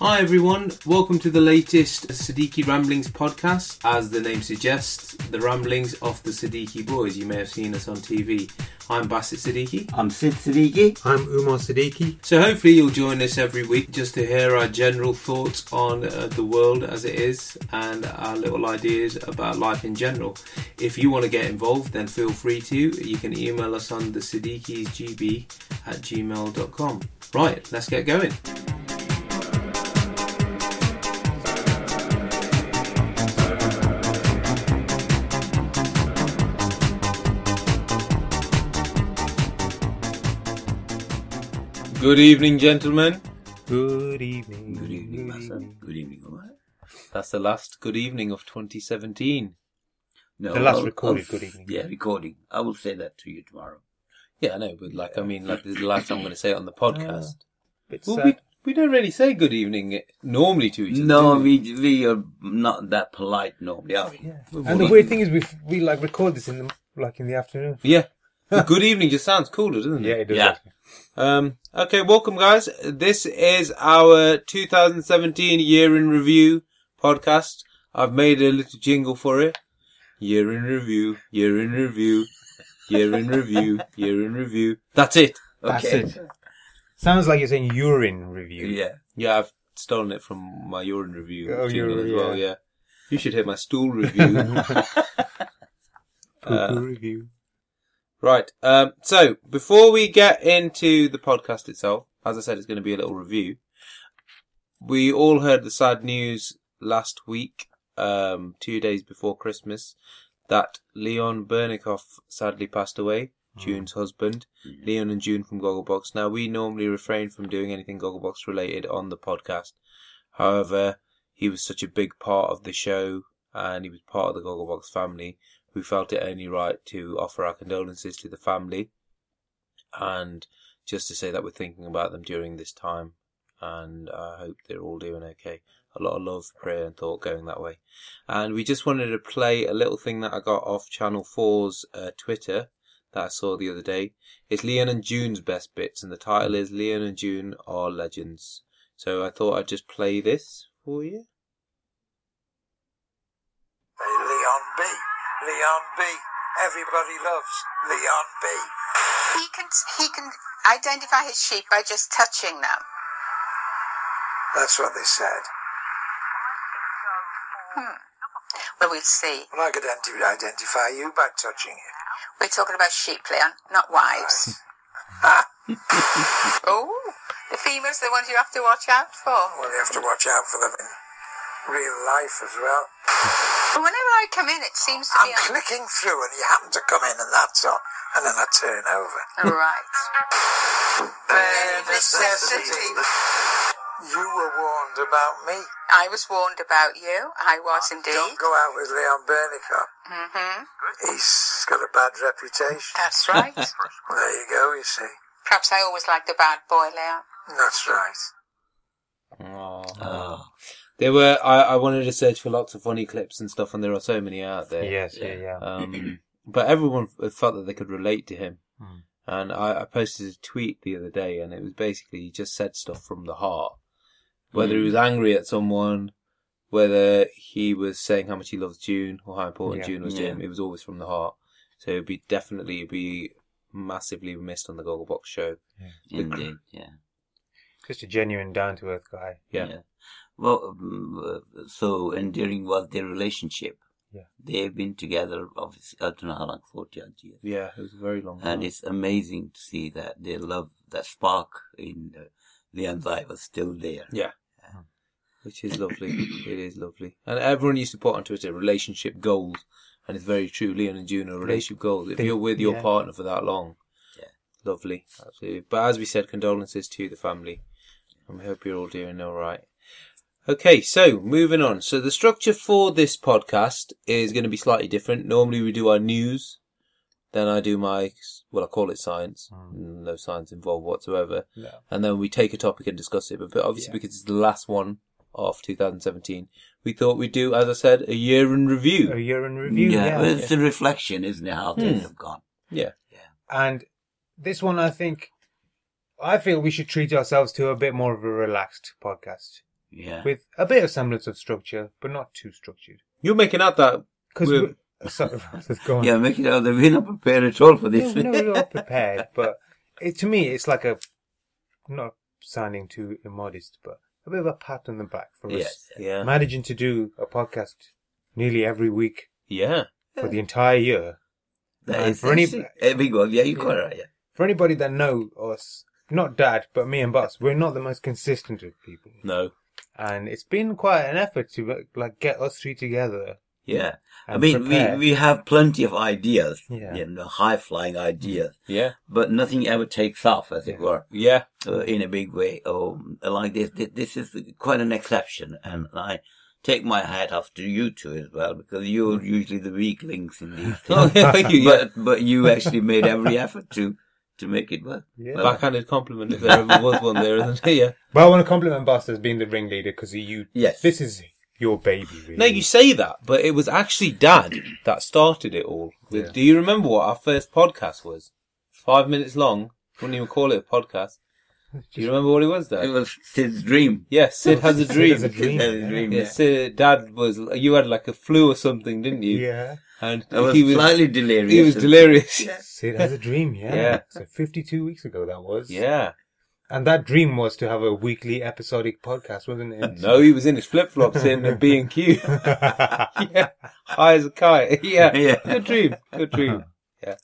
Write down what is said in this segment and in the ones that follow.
Hi everyone, welcome to the latest Siddiqui Ramblings podcast. As the name suggests, the ramblings of the Siddiqui boys. You may have seen us on TV. I'm Bassett Siddiqui. I'm Sid Siddiqui. I'm Umar Siddiqui. So hopefully you'll join us every week just to hear our general thoughts on uh, the world as it is and our little ideas about life in general. If you want to get involved, then feel free to. You can email us on the gb at gmail.com. Right, let's get going. Good evening, gentlemen. Good evening. Good evening, That's the last good evening of 2017. No, The last I'll- recorded I'll- good evening. Yeah, recording. I will say that to you tomorrow. Yeah, I know, but like, I mean, like, this is the last time I'm going to say it on the Oh, podcast. Bit well, sad. we, we don't really say good evening normally to each other. No, do we? we we are not that polite normally. Are we? Yeah. And the weird thing is, we we like record this in the like in the afternoon. yeah. But good evening just sounds cooler, doesn't it? it does, Yeah. actually. Um, okay, welcome, guys. This is our 2017 year in review podcast. I've made a little jingle for it. Year in review, year in review, year in review, year in review. That's it. That's Okay. it. Sounds like you're saying urine review. Yeah. Yeah, I've stolen it from my urine review Oh, jingle your- as well. yeah. Yeah, you should hear my stool review. Uh, Poo-poo review. right. Um, so before we get into the podcast itself, as I said, it's going to be a little review. We all heard the sad news last week, um, two days before Christmas, that Leon Bernikoff sadly passed away. June's husband, Leon and June from Gogglebox. Now we normally refrain from doing anything Gogglebox related on the podcast. However, he was such a big part of the show and he was part of the Gogglebox family. We felt it only right to offer our condolences to the family and just to say that we're thinking about them during this time. And I hope they're all doing okay. A lot of love, prayer, and thought going that way. And we just wanted to play a little thing that I got off Channel 4's uh, Twitter that I saw the other day. It's Leon and June's best bits, and the title is Leon and June are legends. So I thought I'd just play this for you. Hey, Leon B. Leon B. Everybody loves Leon B. He can he can identify his sheep by just touching them. That's what they said. Well, we'll see. Well, I could identi- identify you by touching you. We're talking about sheep, Leon, not wives. oh, the females, the ones you have to watch out for. Well, you have to watch out for them in real life as well. But whenever I come in, it seems to I'm be on. clicking through and you happen to come in and that's all. And then I turn over. right. necessity. You were warned about me. I was warned about you. I was indeed. Don't go out with Leon Bernicott. Mm-hmm. He's got a bad reputation. That's right. Well, there you go, you see. Perhaps I always like the bad boy, Leon. That's right. Ah. There were I, I wanted to search for lots of funny clips and stuff, and there are so many out there. Yes, yeah, yeah. Um, but everyone f- felt that they could relate to him. Mm. And I, I posted a tweet the other day, and it was basically he just said stuff from the heart. Whether he was angry at someone, whether he was saying how much he loves June or how important Yeah. June was to Yeah. him, it was always from the heart. So it'd be definitely it'd be massively missed on the Gogglebox show. Indeed. Yeah. Just a genuine, down to earth guy. Yeah. Well, um, uh, so endearing was their relationship. Yeah. They've been together, obviously, I don't know how long, 40 odd years. Yeah, it was a very long. And time. it's amazing to see that their love, that spark in uh, Leon's eye was still there. Yeah. Which is lovely. it is lovely. And everyone used to put on Twitter relationship goals. And it's very true. Leon and June are relationship goals. If they- you're with your yeah. partner for that long, Yeah. lovely. Absolutely. But as we said, condolences to the family. And we hope you're all doing all right. Okay, so moving on. So the structure for this podcast is going to be slightly different. Normally we do our news, then I do my, well, I call it science. No science involved whatsoever No. and then we take a topic and discuss it. But, but obviously, because it's the last one of 2017, we thought we'd do, as I said, a year in A review. urine review. Yeah, Yeah. Hmm. well, it's a reflection, isn't it? How things have gone. Yeah, And this one, I think, I feel we should treat ourselves to a bit more of a relaxed podcast. Yeah. with a bit of semblance of structure, but not too structured. You're making out that Because We're- sorry, Ross, go on. Yeah, make it out that we're not prepared at all for no, this. no, we're all prepared, but it, to me, it's like a not sounding too immodest, but a bit of a pat on the back for us yes. yeah, managing to do a podcast nearly every week yeah. for the entire year. That And is for any- actually a big one. Yeah, you got it right. Yeah. For anybody that know us, not Dad, but me and Butts, we're not the most consistent of people, No, and it's been quite an effort to like get us three together. Yeah. I And mean, we, prepare. we have plenty of ideas, Yeah. you know, high flying ideas, yeah, but nothing ever takes off, as it were, yeah, uh, in a big way or uh, like this. Thi- This is quite an exception, and I take my hat off to you two as well, because you're usually the weak links in these Oh, things. yeah, thank you. Yeah. but, but you actually made every effort to, to make it work. Yeah. Well, Backhanded compliment if there ever was one there, isn't it? Yeah. But I want to compliment Bust as being the ringleader because you. Yes. This is your baby. Really. No, you say that, but it was actually Dad that started it all. With, Yeah. Do you remember what our first podcast was? Five minutes long. Wouldn't even call it a podcast. Do you remember what it was, it Dad? was his dream. Yes, Sid has a Sid dream. has a dream. Sid has a dream, Yeah, yeah. Sid, Dad was. You had like a flu or something, didn't you? Yeah. And I was, he was. slightly delirious. He was delirious. Yeah. Sid has a dream. Yeah. Yeah. So 52 weeks ago that was. Yeah. And that dream was to have a weekly episodic podcast, wasn't it? No, he was in his flip flops in a B and Q. Yeah, high as a kite. Yeah, Yeah. good dream, good dream. Yeah.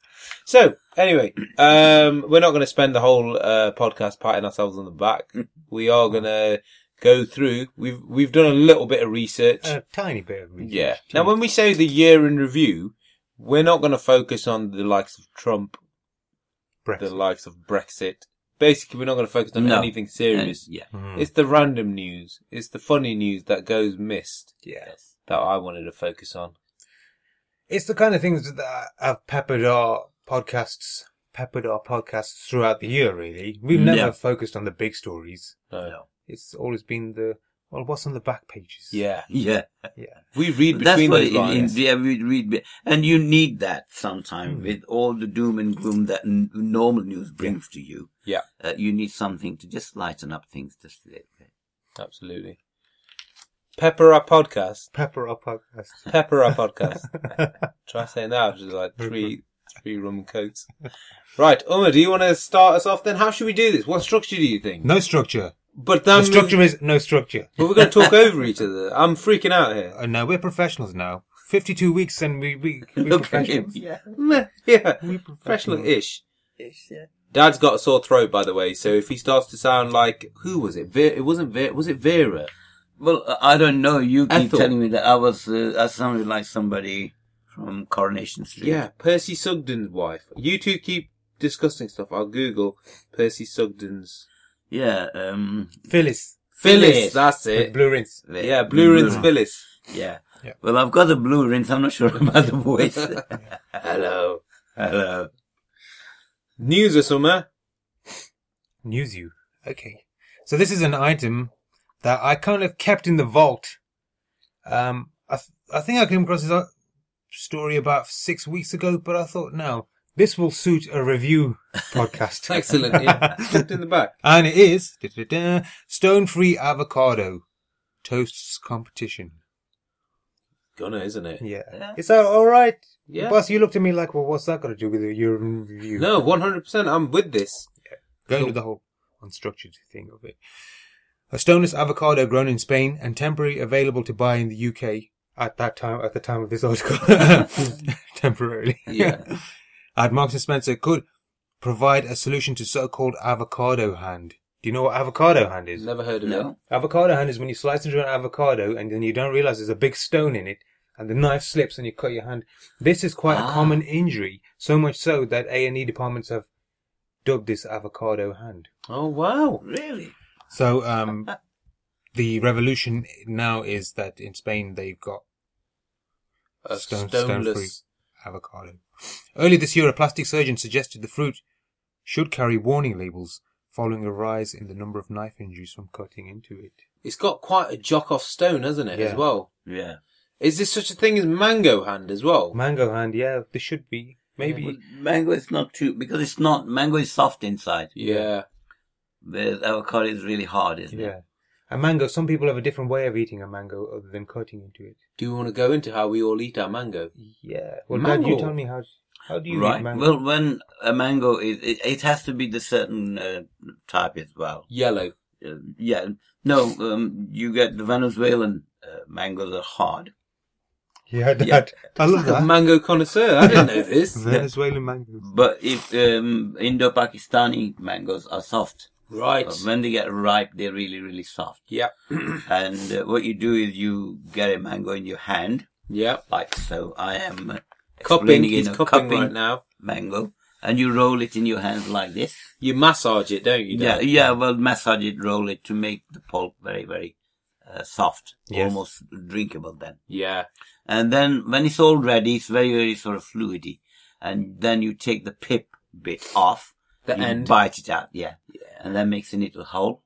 So anyway, um, we're not going to spend the whole uh, podcast patting ourselves on the back. We are going to go through. We've we've done a little bit of research. a tiny bit of Uh, research. yeah. too. Now, when we say the year in review, we're not going to focus on the likes of Trump, Brexit. the likes of Brexit. Basically, we're not going to focus on No. anything And, serious. yeah. Mm. It's the random news. It's the funny news that goes missed Yes. that I wanted to focus on. It's the kind of things that have peppered our podcasts, peppered our podcasts throughout the year. Really, we've never Yeah. focused on the big stories. No. No. It's always been the well, what's on the back pages. Yeah. Yeah. Yeah. We read That's between what those in, in, lines. yeah, we read, be- and you need that Hmm. sometime with all the doom and gloom that n- normal news brings to you. Yeah. Uh, you need something to just lighten up things just a little bit. Absolutely. Pepper our podcast. Pepper our podcasts. Pepper our podcast. Try saying that after like three three rum coats. Right, Uma, do you want to start us off then? How should we do this? What structure do you think? No structure. But then the structure is no structure. but we're going to talk over each other. I'm freaking out here. Uh, no, we're professionals now. 52 weeks and we, we, we're Look at him. professionals. Yeah. Meh, yeah, We're professional ish. Yes, yeah. Dad's got a sore throat, by the way. So if he starts to sound like who was it? Ve- it wasn't Vera. Was it Vera? Well, uh, I don't know. You keep Ethel. telling me that I was, uh, I sounded like somebody from Coronation Street. Yeah, Percy Sugden's wife. You two keep discussing stuff. I'll Google Percy Sugden's Yeah. Um, Phyllis. Phyllis. Phyllis. That's With it. blue rinse. yeah, Blue Rinse Phyllis. Yeah. Yeah. Well, I've got the blue rinse. I'm not sure about the voice. Hello. Hello. News or summer? News you. Okay. So this is an item that I kind of kept in the vault. Um, I, th- I think I came across this uh, story about six weeks ago, but I thought, no, this will suit a review podcast. Excellent. Yeah. Tucked in the back. And it is da-da-da, stone-free avocado toasts competition. Gunner, isn't it? Yeah. Yeah. It's all, all right. Yeah. Boss, you looked at me like, well, what's that got to do with the year in review? No, 100%. I'm with this. Going so- with the whole unstructured thing of it. A stoneless avocado grown in Spain and temporarily available to buy in the UK at that time, at the time of this article. temporarily. Yeah. At Marks and Spencer could provide a solution to so-called avocado hand. Do you know what avocado hand is? Never heard of No. Avocado hand is when you slice into an avocado and then you don't realize there's a big stone in it and the knife slips and you cut your hand. This is quite a Ah. common injury, so much so that A&E departments have dubbed this avocado hand. it. Oh, wow. Really? So, um, the revolution now is that in Spain they've got A Stone- stoneless. avocado. Earlier this year, a plastic surgeon suggested the fruit should carry warning labels following a rise in the number of knife injuries from cutting into it. It's got quite a jock off stone, hasn't it, as Yeah. well? Yeah. Is there such a thing as mango hand as well? Mango hand, yeah, there should be. Maybe. Well, mango is not too because it's not mango is soft inside, yeah. whereas avocado is really hard, isn't Yeah. it? A mango, some people have a different way of eating a mango other than cutting into it. Do you want to go into how we all eat our mango? Yeah. Well, Dad, you Mango. tell me how, how do you eat right. mango? Well, when a mango is, it, it has to be the certain uh, type as well. Yellow. Uh, yeah. No, um, you get the Venezuelan uh, mangoes are hard. yeah, Dad. I love A that. mango connoisseur. I didn't know this. Venezuelan mangoes. But if um, Indo-Pakistani mangoes are soft, Right. But when they get ripe, they're really, really soft. Yep. And uh, what you do is you get a mango in your hand, Yep. like so. I am uh, Cupping. explaining it, He's a cupping, right now. mango, and you roll it in your hands like this. You massage it, don't you? yeah, Dad? yeah. Well, massage it, roll it to make the pulp very, very uh, soft, Yes. almost drinkable then. Yeah. And then when it's all ready, it's very, very sort of fluidy. And then you take the pip bit off. The you end. Bite it out, yeah. And that makes a little hole.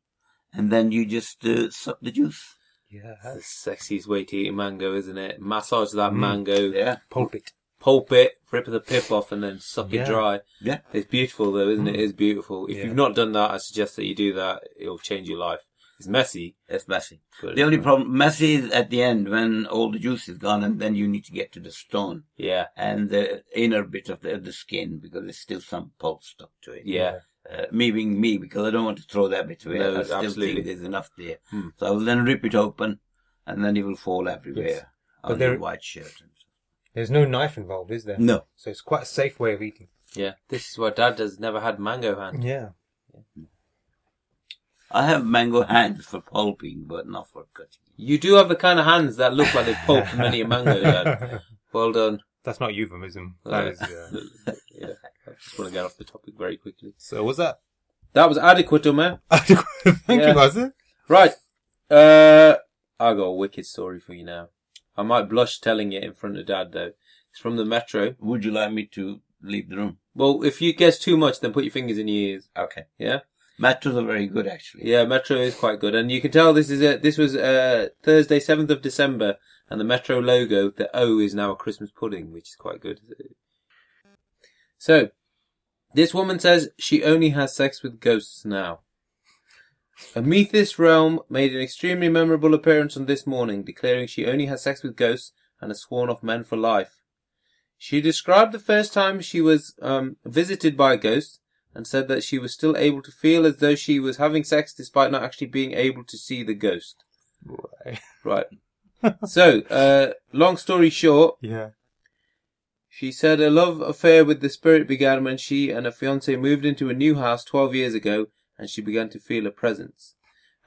And then you just uh, suck the juice. Yeah. That's the sexiest way to eat a mango, isn't it? Massage that Mm. mango, Yeah. Pulp it. pulp it, rip the pip off, and then suck Yeah. Mm. it dry. Yeah. It's beautiful, though, isn't it? It is beautiful. If Yeah. you've not done that, I suggest that you do that. It'll change your life. It's messy. It's messy. Good. The only problem, messy is at the end when all the juice is gone and then you need to get to the stone Yeah. and the inner bit of the, the skin because there's still some pulp stuck to it. Yeah. Uh, me being me because I don't want to throw that bit away. No, I still absolutely. think there's enough there. Hmm. So I will then rip it open and then it will fall everywhere Yes. But on there- your white shirt. and stuff. There's no knife involved, is there? No. So it's quite a safe way of eating. Yeah. This is why Dad has never had mango hand. Yeah. I have mango hands for pulping but not for cutting. You do have the kind of hands that look like they've pulped many a mango, Dad. Well done. That's not euphemism. Uh, That is. Uh... yeah. I just want to get off the topic very quickly. so was that? That was adequate, Umar. Thank Yeah. you, Buzzer. Right. Uh, I got a wicked story for you now. I might blush telling it in front of Dad though. It's from the Metro. Would you like me to leave the room? Well, if you guess too much, then put your fingers in your ears. Okay. Yeah, Matches are very good actually. yeah. Metro is quite good, and you can tell this is a this was uh Thursday, seventh of December, and the Metro logo, the O, is now a Christmas pudding, which is quite good. So, this woman says she only has sex with ghosts now. Amethys Realm made an extremely memorable appearance on this morning, declaring she only has sex with ghosts and has sworn off men for life. She described the first time she was um, visited by a ghost and said that she was still able to feel as though she was having sex despite not actually being able to see the ghost. Right. so, uh, long story short, Yeah. she said a love affair with the spirit began when she and her fiance moved into a new house 12 years ago and she began to feel a presence.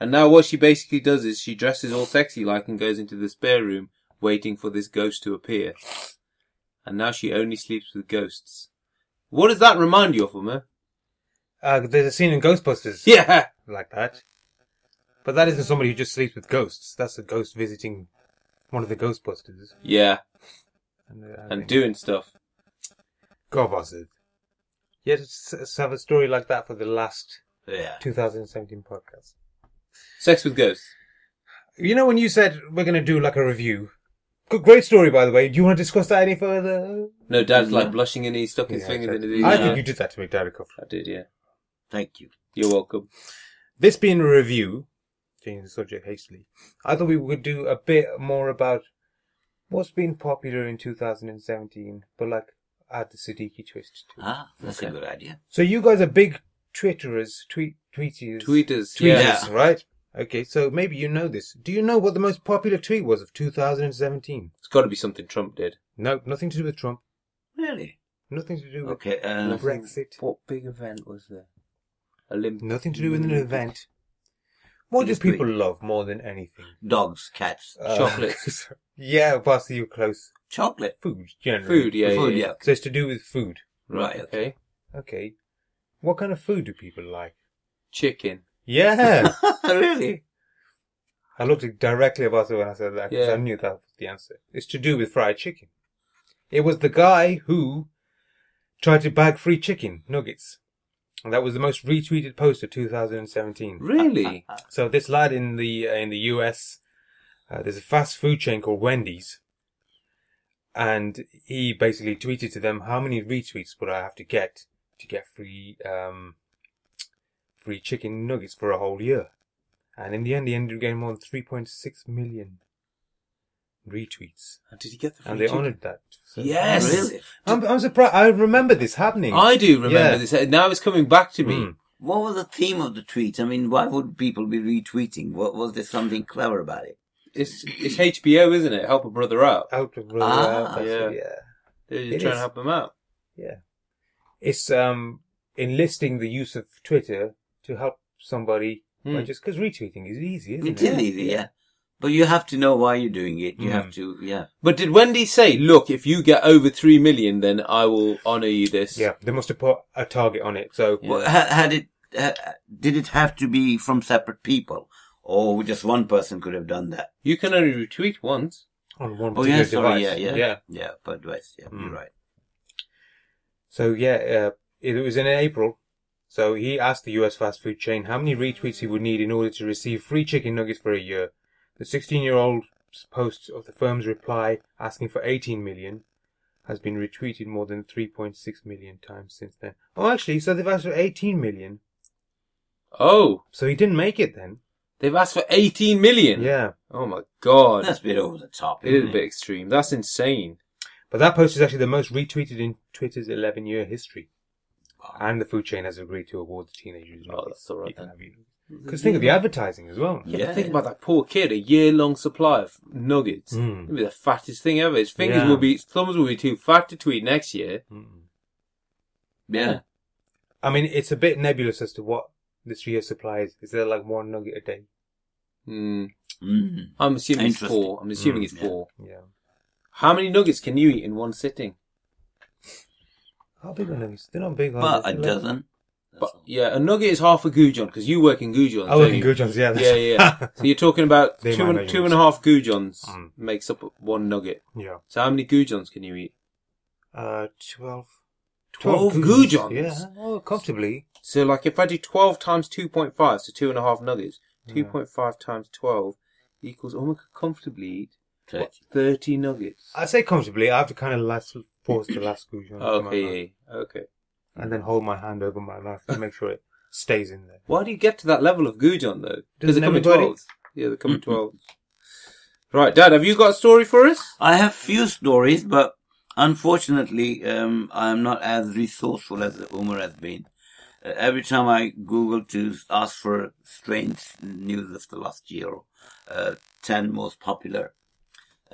And now what she basically does is she dresses all sexy like and goes into the spare room waiting for this ghost to appear. And now she only sleeps with ghosts. What does that remind you of, Uma? Uh, there's a scene in Ghostbusters Yeah! like that. But that isn't somebody who just sleeps with ghosts. That's a ghost visiting one of the Ghostbusters. Yeah, And, uh, and doing stuff. God, Buzzard. Yeah, just s- have a story like that for the last Yeah. 2017 podcast. Sex with ghosts. You know when you said we're going to do like a review? G- Great story, by the way. Do you want to discuss that any further? No, Dad's like blushing and he stuck his Yeah, fingers okay. into the I I, think you did that to make Dad a comfort. did, yeah. Thank you. You're welcome. This being a review, changing the subject hastily, I thought we would do a bit more about what's been popular in 2017, but like add the Siddiqui twist to it. Ah, that's a good idea. So you guys are big Twitterers, tweet, tweeters. Tweeters. Tweeters, Yeah. Yeah. right? Okay, so maybe you know this. Do you know what the most popular tweet was of 2017? It's got to be something Trump did. No, nothing to do with Trump. Really? Nothing to do with Okay. Uh, Brexit. What big event was there? Olympic. Nothing to do with an Mm. event. What do Just people love more than anything? dogs, cats, Uh, Chocolates. yeah, whilst you were close. chocolate. Food, generally. Food, yeah, yeah, Food, yeah. yeah. So it's to do with food. Right, Right, okay. Okay. What kind of food do people like? Chicken. Yeah! really? I looked it directly at Basu when I said that because Yeah. I knew that was the answer. It's to do with fried chicken. It was the guy who tried to bag free chicken nuggets. And that was the most retweeted post of 2017. Really? So this lad in the uh, in the US, uh, there's a fast food chain called Wendy's, and he basically tweeted to them, "How many retweets would I have to get to get free um, free chicken nuggets for a whole year?" And in the end, he ended up getting more than 3.6 million retweets. And did he get the free And they chicken? honoured that. So- Yes. Really? I'm, I'm surprised. I remember this happening. I do remember Yeah. this. Uh, Now it's coming back to me. Mm. What was the theme of the tweet? I mean, why would people be retweeting? What was there something clever about it? It's it's HBO, isn't it? Help a brother out. Out of Brother Ah. Alpha, so Yeah. yeah. They're just Uh, It trying to is. help him out. It's um enlisting the use of Twitter to help somebody Hmm. by just because retweeting is easy, isn't It it? is easy, yeah. But you have to know why you're doing it. You Mm. have to, yeah. But did Wendy say, "Look, if you get over three million, then I will honor you this"? Yeah, they must have put a target on it. So Yeah. Well, ha- had it, ha- did it have to be from separate people? Or just one person could have done that? You can only retweet once. on one Oh, particular yeah, sorry, device. yeah, yeah, yeah. Yeah, but device, yeah, you're Mm. right. So yeah, uh, it was in April. So he asked the U.S. fast food chain how many retweets he would need in order to receive free chicken nuggets for a year. The 16-year-old's post of the firm's reply asking for 18 million has been retweeted more than 3.6 million times since then. Oh, actually, so they've asked for 18 million. Oh, So he didn't make it then. they've asked for eighteen million. Yeah. Oh my god, That's a bit over the top. it is isn't a bit extreme. That's insane. But that post is actually the most retweeted in Twitter's 11 year history. And the food chain has agreed to award the teenagers. Oh, that's all right then. Because think of the advertising as well. Yeah, Yeah. think about that poor kid—a year-long supply of nuggets. Mm. It'd be the fattest thing ever. His fingers Yeah. will be, his thumbs will be too fat to tweet next year. Mm. Yeah. I mean, it's a bit nebulous as to what the three year supply is. Is there like one nugget a day? Mm. Mm. I'm assuming it's Interesting. Hmm, four. I'm assuming Mm, it's yeah. four. Yeah. How many nuggets can you eat in one sitting? How big are nuggets? They're not big. are But they? a They're like- dozen. But yeah, a nugget is half a goujons because you work in goujons. Oh, don't in you? Gujons, yeah. Yeah, yeah. so you're talking about They two might and, not two use and a half goujons Mm. makes up one nugget. yeah. So how many goujons can you eat? Uh, 12. 12 Gujons? Yeah. Oh, comfortably. So like if I do 12 times 2.5, so two and a half nuggets, 2.5 times 12 equals almost comfortably eat Thirty. 30 nuggets. I say comfortably. I have to kind of last, force the last Gujon. into my mouth. Oh, Okay, yeah, okay. and then hold my hand over my mouth to make sure it stays in there. Why do you get to that level of Gujon though? Because Doesn't they come in everybody? 12s. Yeah, they come in 12s. Right, Dad, have you got a story for us? I have few stories, but unfortunately, um, I am not as resourceful as Umar has been. Uh, every time I Google to ask for strange news of the last year, uh, 10 most popular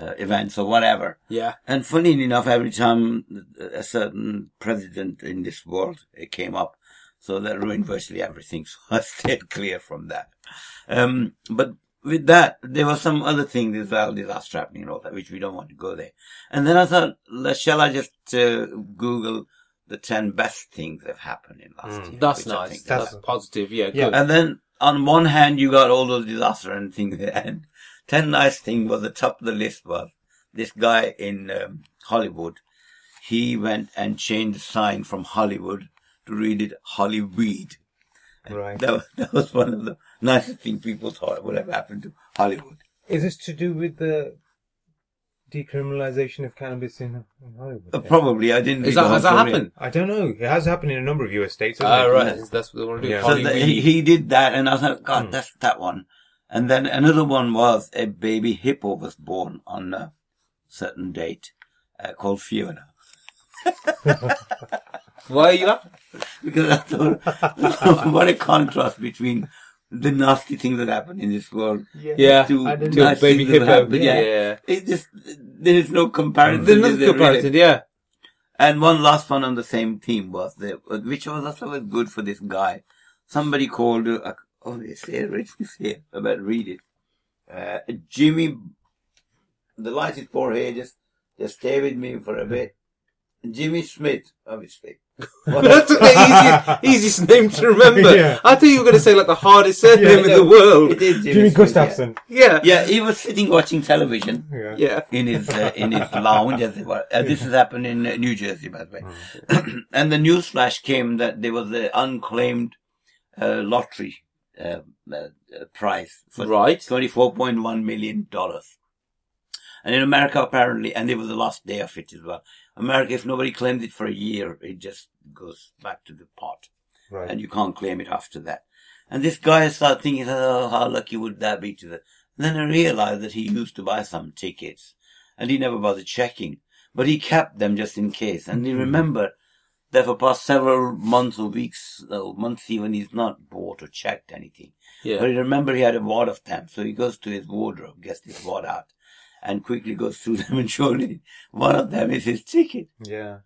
uh, events or whatever. Yeah. And funny enough, every time a certain president in this world it came up, so that ruined virtually everything. So I stayed clear from that. Um, but with that, there were some other things as well, disaster happening and all that, which we don't want to go there. And then I thought, "Le- shall I just uh, Google the ten best things that have happened in last Mm. year? That's which I nice. think- That's, that's- positive. Yeah, Yeah. good. and then on one hand, you got all those disaster and things, and ten nice thing was the top of the list was this guy in um, Hollywood. He went and changed the sign from Hollywood to read it Hollyweed. Right. That was, that was one of the nicest things people thought would have happened to Hollywood. Is this to do with the decriminalization of cannabis in, in Hollywood? Uh, probably, I didn't. Is read the that, whole has that story. happened? I don't know. It has happened in a number of US states. hasn't Ah, it? right. That's what they want to do. Yeah. So Hollywood. that, he, he did that, and I thought, God, Hmm. that's that one. And then another one was a baby hippo was born on a certain date uh, called Fiona. Why are you laughing? because I thought, what a contrast between the nasty things that happen in this world. Yeah, to, I didn't nice to a baby things that hippo. happen, yeah. Yeah. It just, there is no comparison. There's is another there, really? comparison, yeah. And one last one on the same theme was there, which was also good for this guy. Somebody called, uh, oh, it's here, it's here, about read it. Uh, Jimmy, the light is poor here, just, just stay with me for a bit. Jimmy Smith, obviously. That's the easiest, easiest name to remember. Yeah. I thought you were going to say like the hardest surname in no, the world. It is Jimmy, Jimmy Smith, yeah. Gustafson. Yeah. Yeah, he was sitting watching television Yeah. Yeah. in his uh, in his lounge, as it were. Uh, this has happened in uh, New Jersey, by the way. and the news flash came that there was an unclaimed uh, lottery uh, uh, uh, prize for Right. twenty-four point one million dollars. And in America, apparently, and it was the last day of it as well. America, if nobody claims it for a year, it just goes back to the pot Right. and you can't claim it after that. And this guy started thinking, oh, how lucky would that be to the. And then I realized that he used to buy some tickets and he never bothered checking, but he kept them just in case. And he remembered that for past several months or weeks, or months even, he's not bought or checked anything. But Yeah. he remembered he had a wad of them, so he goes to his wardrobe, gets his wad out, and quickly goes through them. And surely one of them is his ticket. Yeah.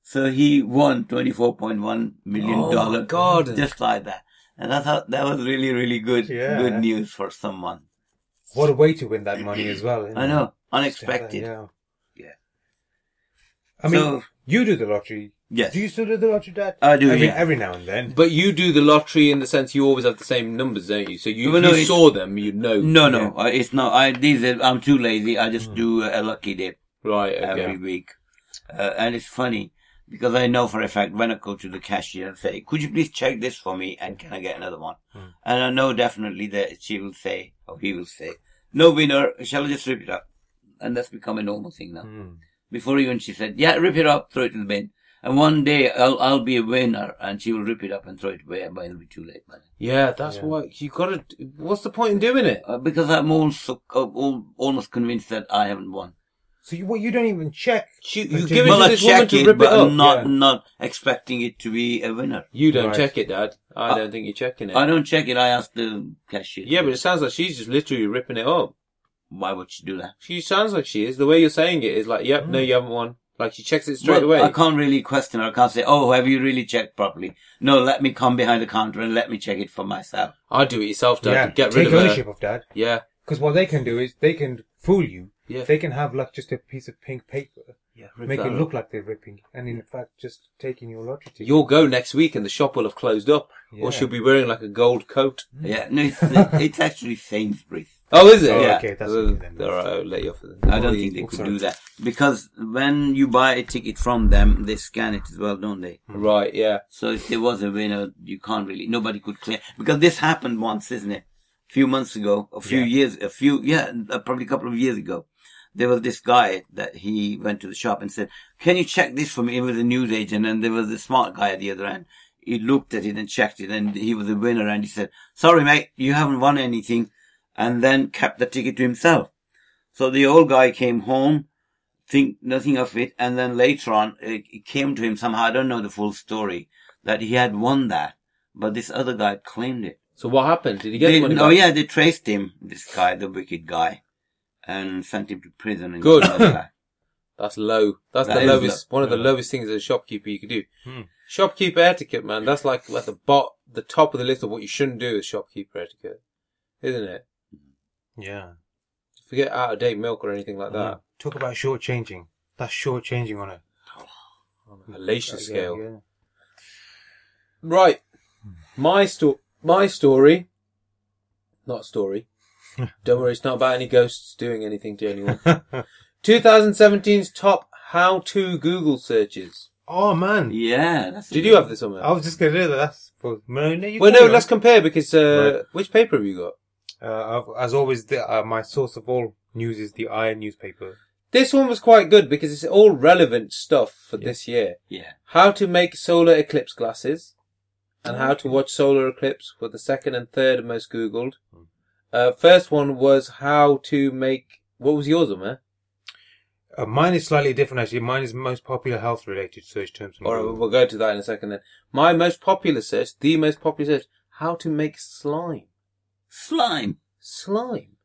So he won twenty four point one million Oh, dollars, my God. just like that. And I thought that was really, really good, Yeah. good news for someone. What a way to win that money as well. isn't I it? know, Just to have that, unexpected. Yeah. Yeah. I mean, So- you do the lottery. Yes, Do you still do the lottery, Dad? I do. every, yeah. every now and then. But you do the lottery in the sense you always have the same numbers, don't you? So you, Well, if no, you it's- saw them, you'd know. no, no, I it's not. I these. are- I'm too lazy. I Mm. just do a lucky dip Right, okay. every week, uh, and it's funny because I know for a fact when I go to the cashier and say, "Could you please check this for me?" and can I get another one? And I know definitely that she will say or he will say, "No winner. Shall I just rip it up?" And that's become a normal thing now. Mm. before even she said, "Yeah, rip it up, throw it in the bin." And one day I'll I'll be a winner, and she will rip it up and throw it away, but it'll be too late. By then. Yeah, that's Yeah. why you gotta. What's the point in doing it? Uh, because I'm also uh, al- almost convinced that I haven't won. So you, what, you don't even check? You, But you you- give it Well, to I this woman check to it, rip it but up. I'm not yeah. not expecting it to be a winner. You don't Right. check it, Dad. I Uh, don't think you're checking it. I don't check it. I ask the cashier. Yeah, but it sounds like she's just literally ripping it up. why would she do that? She sounds like she is. The way you're saying it is like, yep, no, you haven't won. Like she checks it straight Mm. Well, away. I can't really question her. I can't say, "Oh, have you really checked properly?" No, let me come behind the counter and let me check it for myself. I do it yourself, Dad. yeah. Get Take rid of ownership her. of that. Yeah, Because what they can do is they can fool you. yeah. They can have like just a piece of pink paper, yeah make it look like they're ripping, and in fact just taking your lottery ticket. You'll go next week and the shop will have closed up, Yeah. or she'll be wearing like a gold coat. Yeah, no, it's, it's actually Sainsbury's. Oh, is it? Oh, yeah. okay, that's Uh, okay then. all right, I'll let you off. Then. I don't think they Oh, could sorry. do that because when you buy a ticket from them, they scan it as well, don't they? Right, yeah. So if there was a winner, you can't really. Nobody could claim because this happened once, isn't it? A few months ago, a few years, a few yeah, uh, probably a couple of years ago, there was this guy that he went to the shop and said, "Can you check this for me?" It was a news agent, and there was a smart guy at the other end. He looked at it and checked it, and he was a winner. And he said, "Sorry, mate, you haven't won anything," and then kept the ticket to himself. So the old guy came home think nothing of it. And then later on, it, it came to him somehow. I don't know the full story that he had won that, but this other guy claimed it. So what happened? Did he get They- the money? oh back? yeah, they traced him, this guy, the wicked guy, and sent him to prison. And Good. got the money back. That's low. That's That the is lowest. One of the lowest things as a shopkeeper you could do. Hmm. Shopkeeper etiquette, man. That's like like the bot, the top of the list of what you shouldn't do is shopkeeper etiquette, isn't it? yeah. Forget out of date milk or anything like that. Talk about shortchanging. That's shortchanging on a On a Halation Yeah, scale. yeah. Right. My sto- My story. Not story. Don't worry, it's not about any ghosts doing anything to anyone. 2017's top how-to Google searches. Oh man, Yeah, that's a Did good you have this on there? I was just gonna do that. That's well, no, no, you Well, carry no, on. let's compare because uh, which paper have you got? Uh, I've, as always, the, uh, my source of all news is the Iron newspaper. This one was quite good because it's all relevant stuff for this year. Yeah, How to make solar eclipse glasses and how to watch solar eclipse were the second and third most Googled. Hmm. Uh, first one was how to make, what was yours on there? Uh, mine is slightly different actually. Mine is most popular health related search terms. on Hmm. All right, Google. we'll go to that in a second then. My most popular search, the most popular search, how to make slime. slime. Slime?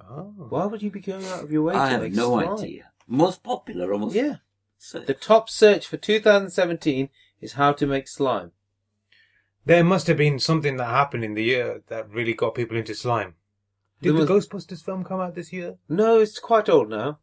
Oh. Why would you be going out of your way Hmm. I to have make no slime? idea. Most popular, almost. Yeah. So- The top search for 2017 is how to make slime. There must have been something that happened in the year that really got people into slime. Did There the was- Ghostbusters film come out this year? No, it's quite old now.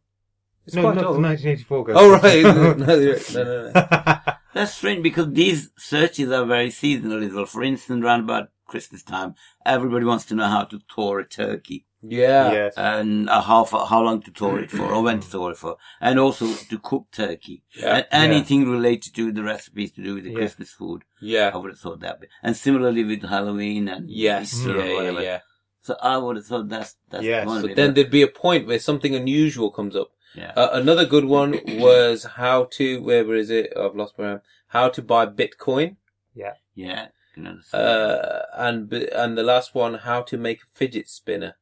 It's no, quite not old. the 1984 Ghostbusters. Oh right, no, no, you're right. no, no, no. That's strange because these searches are very seasonal as well. For instance, around about Christmas time, everybody wants to know how to thaw a turkey. Yeah. yes. and uh, how fa- how long to thaw it for, or when to thaw it for, and also to cook turkey Mm. Yeah. and anything related to the recipes to do with the Yeah. Christmas food. I Yeah. would have thought that, bit. and similarly with Halloween and Yes. Easter Yeah, or yeah, whatever. yeah. So I would have thought that's that's Yes. one So bit. then there'd be a point where something unusual comes up. yeah. Uh, another good one was Oh, how to where is it? I've lost my. How to buy Bitcoin. yeah. yeah, can understand. Uh, and b- and the last one, how to make a fidget spinner.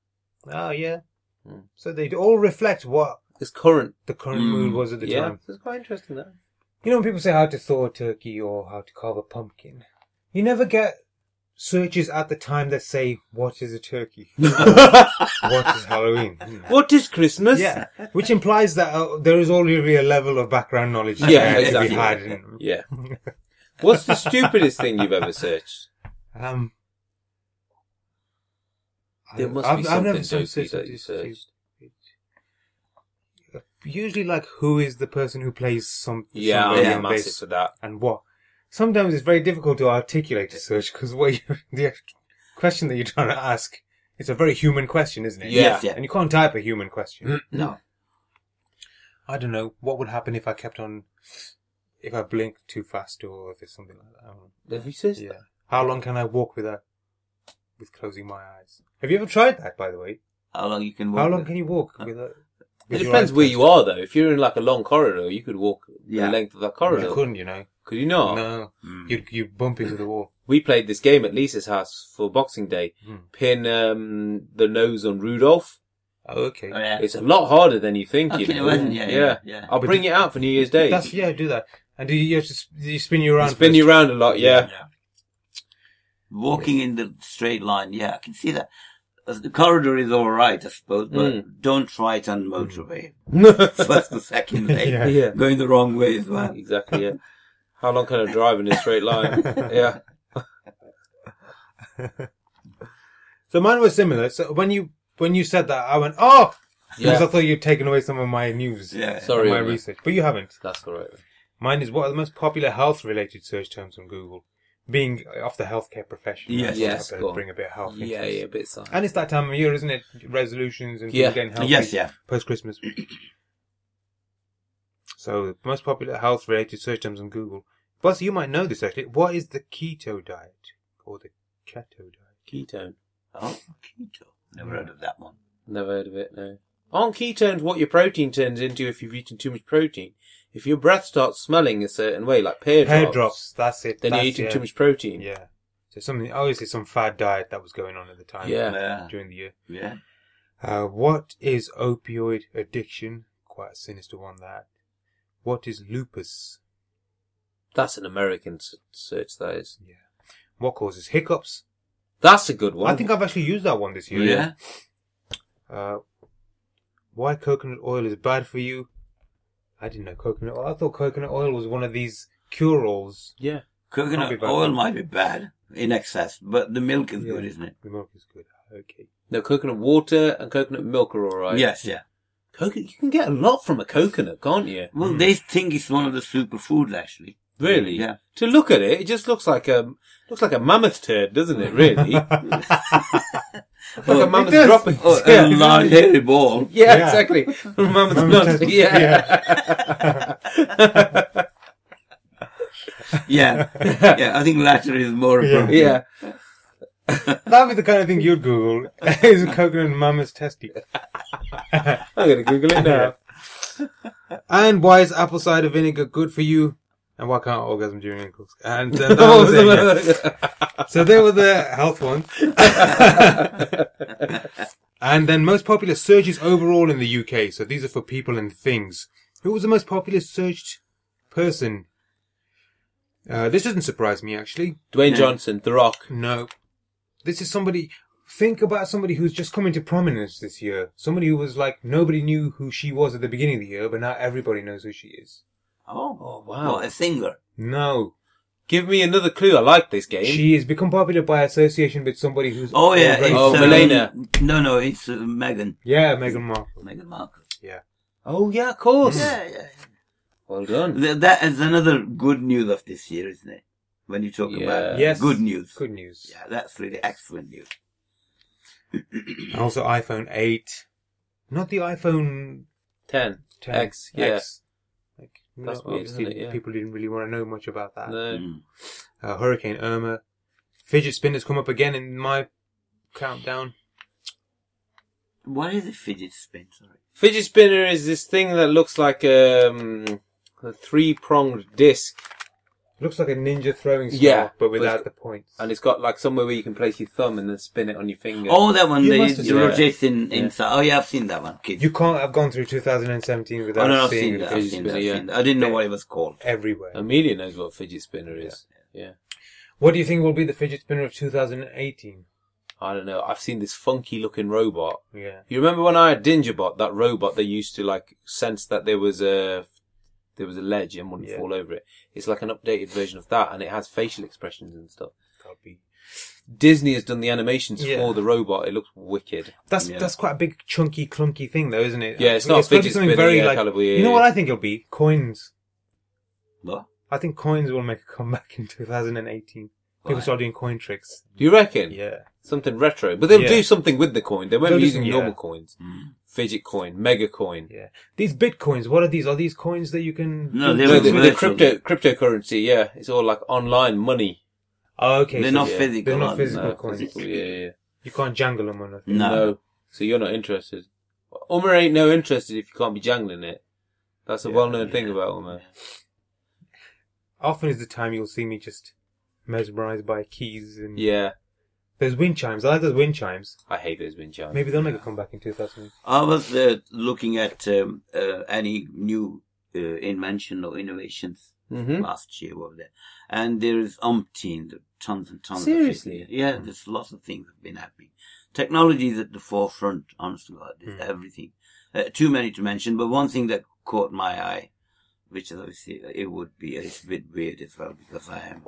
Oh, yeah. Hmm. So they all reflect what It's current. the current Hmm, mood was at the yeah, time. it's quite interesting. That You know, when people say how to thaw a turkey or how to carve a pumpkin, you never get searches at the time that say, what is a turkey? what is Halloween? what is Christmas? Yeah, which implies that uh, there is already a level of background knowledge Yeah, there to exactly. be had. in- yeah. What's the stupidest thing you've ever searched? Um, There I- must be I've something never dopey searched that you it. searched. Usually, like who is the person who plays some? Yeah, I'm somebody yeah, on massive bass for that. and what? Sometimes it's very difficult to articulate a search because what you, the question that you're trying to ask, it's a very human question, isn't it? Yeah. Mm. Yes, yeah. And you can't type a human question. No. I don't know what would happen if I kept on, if I blinked too fast or if it's something like that. I don't know. Have you searched Yeah. How long can I walk without with closing my eyes? Have you ever tried that, by the way? How long you can walk? How long can you walk without? that? uh, It depends where you are, though. If you're in like a long corridor, you could walk Yeah. the length of that You corridor. could. couldn't, you know. you not? No, Mm. you'd you bump into the wall. We played this game at Lisa's house for Boxing Day. Hmm. Pin um, the nose on Rudolph. Oh, okay. Oh, yeah. It's a lot harder than you think. I you can know. imagine, yeah, yeah, yeah. I'll But bring it out for New Year's Day. That's yeah. Do that, and do you, you have to s- you spin you around? Spin you around a lot, yeah. Yeah. Walking in the straight line, yeah, I can see that. Uh, The corridor is all right, I suppose, but don't try it on motorway. First and second lane, Yeah. Yeah. Mm. going the wrong way as well. Exactly, yeah. How long can I drive in a straight line? yeah. So mine was similar. So when you when you said that, I went oh because I Yeah. thought you'd taken away some of my news, Yeah. and Sorry. my Oliver. research, but you haven't. That's all right. Mine is what are the most popular health related search terms on Google, being off the healthcare profession. Yes. I thought Yes, I better go on. bring a bit of health. into Yeah, this. yeah, a bit sad. And it's that time of year, isn't it? Resolutions and Yeah. people getting healthy. Yes, yeah. Post Christmas. so the most popular health related search terms on Google. Plus, you might know this actually. What is the keto diet or the keto diet? Ketone. Oh, keto. Never heard of that one. Never heard of it, no. Aren't ketones what your protein turns into if you've eaten too much protein? If your breath starts smelling a certain way, like pear, Hair drops, drops. That's it. then That's, you're eating yeah. too much protein. Yeah. So something obviously some fad diet that was going on at the time. Yeah. Yeah. During the year. Yeah. Uh, what is opioid addiction? Quite a sinister one. That. What is lupus? That's an American s- search, that is. Yeah. What causes hiccups? That's a good one. I think I've actually used that one this year. Yeah. Uh, why coconut oil is bad for you? I didn't know coconut oil. I thought coconut oil was one of these cure-alls. Yeah. Coconut Might be bad. oil might be bad in excess, but the milk is Yeah. good, isn't it? The milk is good. Okay. No, coconut water and coconut milk are alright. Yes, yeah. Coconut, you can get a lot from a coconut, can't you? Well, they think it's one of the superfoods, actually. Really? Yeah. To look at it, it just looks like a looks like a mammoth turd, doesn't it? Really? like a mammoth does. dropping. Oh, yeah. a large hairy ball. Yeah, Yeah. exactly. mammoth Mammoth nut. turd. Yeah. Yeah. yeah, I think latter is more Yeah. appropriate. yeah. That'd be the kind of thing you'd Google. is coconut mama's testy? I'm gonna Google it now. And why is apple cider vinegar good for you? And why can't orgasm during intercourse? And uh, that What was was it, yeah. the- So they were the health ones. and then most popular searches overall in the UK. So these are for people and things. Who was the most popular searched person? Uh, this doesn't surprise me actually. Dwayne Johnson, The Rock. No. This is somebody, think about somebody who's just come into prominence this year. Somebody who was like, nobody knew who she was at the beginning of the year, but now everybody knows who she is. Oh, Oh, wow. Well, a singer. No. Give me another clue. I like this game. She has become popular by association with somebody who's. Oh, yeah. already- It's, Oh, uh, Milena. No, no, it's uh, Megan. Yeah, Meghan Markle. Megan Markle. Yeah. oh yeah, of course. Yeah, yeah. Well done. Th- that is another good news of this year, isn't it? When you talk Uh, about Yes. good news. Good news. Yeah, that's really excellent news. And also iPhone 8. Not the iPhone Ten. 10. X. Yeah. X. Like, That's not- weird, obviously isn't it? Yeah. people didn't really want to know much about that. No. Mm. Uh, Hurricane Irma. Fidget spinners come up again in my countdown. What is a fidget spin? Sorry. Fidget spinner is this thing that looks like um, a three pronged disc Looks like a ninja throwing sword, Yeah, but but- without the points. And it's got like somewhere where you can place your thumb and then spin it on your finger. Oh, that one. You The, must have the seen it. rotates in inside. Oh, yeah, I've seen that one. Kids. You can't have gone through 2017 oh, without no, I've seeing seen that. it I've fidget seen that. I've spinner, seen that. I didn't know what it was called. everywhere. Amelia knows what a fidget spinner is. yeah. what do you think will be the fidget spinner of 2018? I don't know. I've seen this funky looking robot. Yeah. You remember when I had Dingerbot, that robot they used to like sense that there was a there was a ledge and wouldn't Yeah. fall over it. It's like an updated version of that, and it has facial expressions and stuff. That'll be- Disney has done the animations Yeah. for the robot. It looks wicked. That's Yeah. that's quite a big chunky clunky thing though, isn't it? Yeah, it's not a gotta be fidget something spinner, yeah, calibre, yeah, You know yeah. what I think it'll be? Coins. What? I think coins will make a comeback in 2018. People Right. start doing coin tricks. Do you reckon? Yeah. Something retro, but they'll Yeah. do something with the coin. They won't They'll be do using some- normal yeah. coins. Mm. Fidget coin, mega coin. Yeah. These bitcoins, what are these? Are these coins that you can No, No, They're the, the virtual. crypto cryptocurrency. Yeah, it's all like online money. Oh, okay. They're so not yeah. physical. They're not aren't physical No, coins. physical, Yeah, yeah. you can't jangle them or nothing. No. No. So you're not interested. Umar ain't no interested if you can't be jangling it. That's a Yeah, well known thing about Umar. Often is the time you'll see me just mesmerized by keys and Yeah. there's wind chimes. I like those wind chimes. I hate those wind chimes. Maybe they'll make a comeback in 2000. I was uh, looking at um, uh, any new uh, invention or innovations Mhm. last year over there, and there is umpteen, there are tons and tons. Seriously? of things. yeah, there's lots of things that have been happening. Technology is at the forefront. Honest to God, there's everything. Uh, too many to mention, but one thing that caught my eye, which is obviously it would be it's a bit weird as well because I am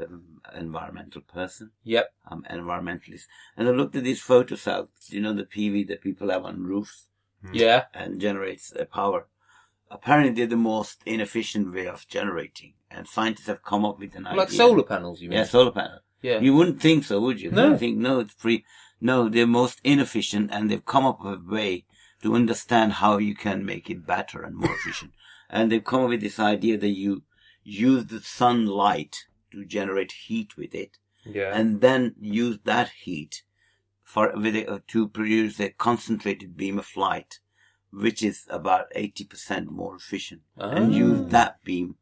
um, an environmental person. Yep. I'm an environmentalist, um, and I looked at these photos out. You know the PV that people have on roofs Mm. Yeah. and generates uh, power. Apparently, they're the most inefficient way of generating, and scientists have come up with an idea. Like solar panels, you mean? Yeah, solar panel. Yeah. You wouldn't think so, would you? No. You think no, it's free. No, they're most inefficient, and they've come up with a way to understand how you can make it better and more efficient. And they've come up with this idea that you use the sunlight to generate heat with it, Yeah. and then use that heat for with a, to produce a concentrated beam of light, which is about eighty percent more efficient, and Ah. use that beam